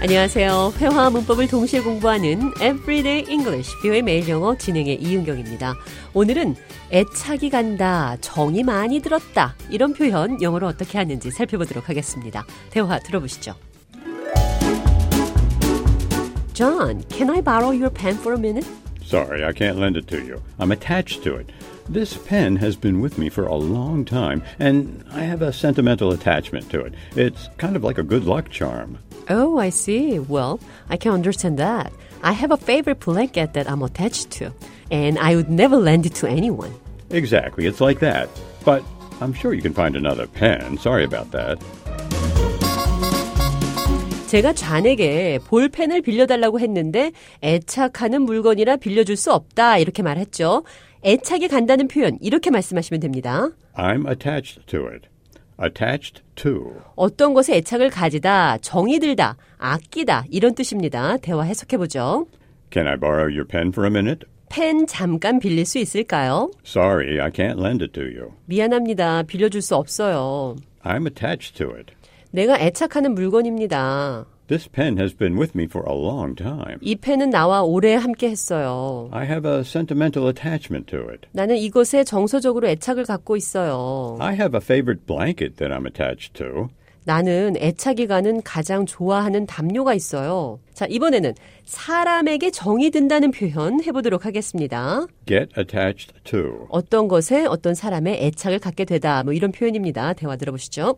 안녕하세요. 회화와 문법을 동시에 공부하는 Everyday English, 뷰의 매일 영어 진행의 이은경입니다. 오늘은 애착이 간다, 정이 많이 들었다, 이런 표현 영어로 어떻게 하는지 살펴보도록 하겠습니다. 대화 들어보시죠. John, can I borrow your pen for a minute? Sorry, I can't lend it to you. I'm attached to it. This pen has been with me for a long time, and I have a sentimental attachment to it. It's kind of like a good luck charm. Oh, I see. Well, I can understand that. I have a favorite blanket that I'm attached to, and I would never lend it to anyone. Exactly, it's like that. But I'm sure you can find another pen. Sorry about that. 제가 잔에게 볼펜을 빌려달라고 했는데 애착하는 물건이라 빌려줄 수 없다 이렇게 말했죠. 애착이 간다는 표현 이렇게 말씀하시면 됩니다. I'm attached to it. Attached to. 어떤 것에 애착을 가지다, 정이 들다, 아끼다 이런 뜻입니다. 대화 해석해 보죠. Can I borrow your pen for a minute? 펜 잠깐 빌릴 수 있을까요? Sorry, I can't lend it to you. 미안합니다. 빌려줄 수 없어요. I'm attached to it. 내가 애착하는 물건입니다. This pen has been with me for a long time. 이 펜은 나와 오래 함께 했어요. I have a sentimental attachment to it. 나는 이것에 정서적으로 애착을 갖고 있어요. I have a favorite blanket that I'm attached to. 나는 애착이 가는 가장 좋아하는 담요가 있어요. 자, 이번에는 사람에게 정이 든다는 표현 해보도록 하겠습니다. Get attached to. 어떤 것에 어떤 사람의 애착을 갖게 되다. 뭐 이런 표현입니다. 대화 들어보시죠.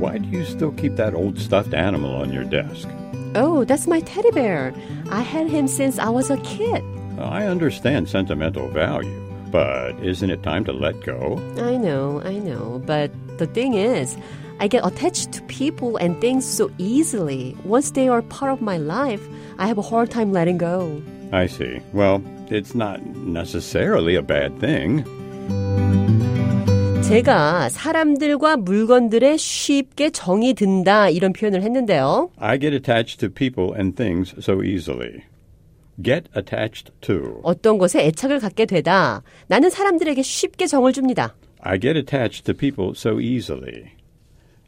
Why do you still keep that old stuffed animal on your desk? Oh, that's my teddy bear. I had him since I was a kid. I understand sentimental value, but isn't it time to let go? I know, I know. But the thing is, I get attached to people and things so easily. Once they are part of my life, I have a hard time letting go. I see. Well, it's not necessarily a bad thing. 제가 사람들과 물건들에 쉽게 정이 든다 이런 표현을 했는데요. I get attached to people and things so easily. Get attached to. 어떤 것에 애착을 갖게 되다. 나는 사람들에게 쉽게 정을 줍니다. I get attached to people so easily.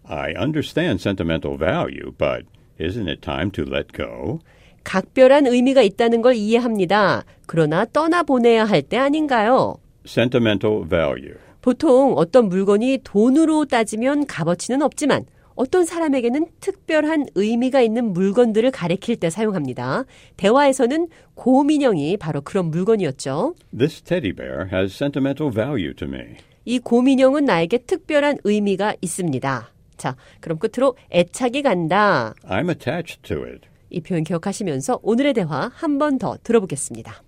I understand sentimental value, but isn't it time to let go? 각별한 의미가 있다는 걸 이해합니다. 그러나 떠나보내야 할 때 아닌가요? Sentimental value. 보통 어떤 물건이 돈으로 따지면 값어치는 없지만 어떤 사람에게는 특별한 의미가 있는 물건들을 가리킬 때 사용합니다. 대화에서는 곰인형이 바로 그런 물건이었죠. This teddy bear has sentimental value to me. 이 곰인형은 나에게 특별한 의미가 있습니다. 자, 그럼 끝으로 애착이 간다. I'm attached to it. 이 표현 기억하시면서 오늘의 대화 한 번 더 들어보겠습니다.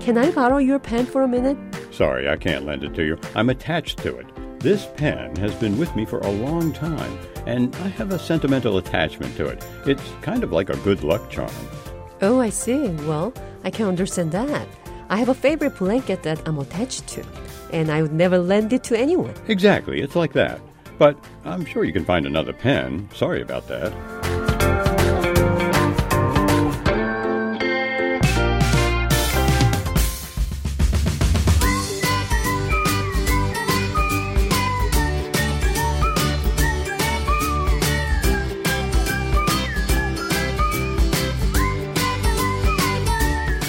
Can I borrow your pen for a minute? Sorry, I can't lend it to you. I'm attached to it. This pen has been with me for a long time, and I have a sentimental attachment to it. It's kind of like a good luck charm. Oh, I see. Well, I can understand that. I have a favorite blanket that I'm attached to, and I would never lend it to anyone. Exactly, it's like that. But I'm sure you can find another pen. Sorry about that.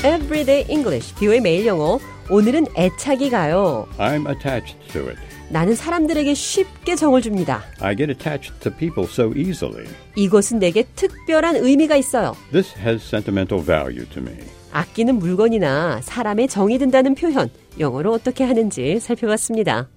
Everyday English, 뷰의 매일 영어. 오늘은 애착이 가요. I'm attached to it. 나는 사람들에게 쉽게 정을 줍니다. I get attached to people so easily. 이것은 내게 특별한 의미가 있어요. This has sentimental value to me. 아끼는 물건이나 사람의 정이 든다는 표현, 영어로 어떻게 하는지 살펴봤습니다.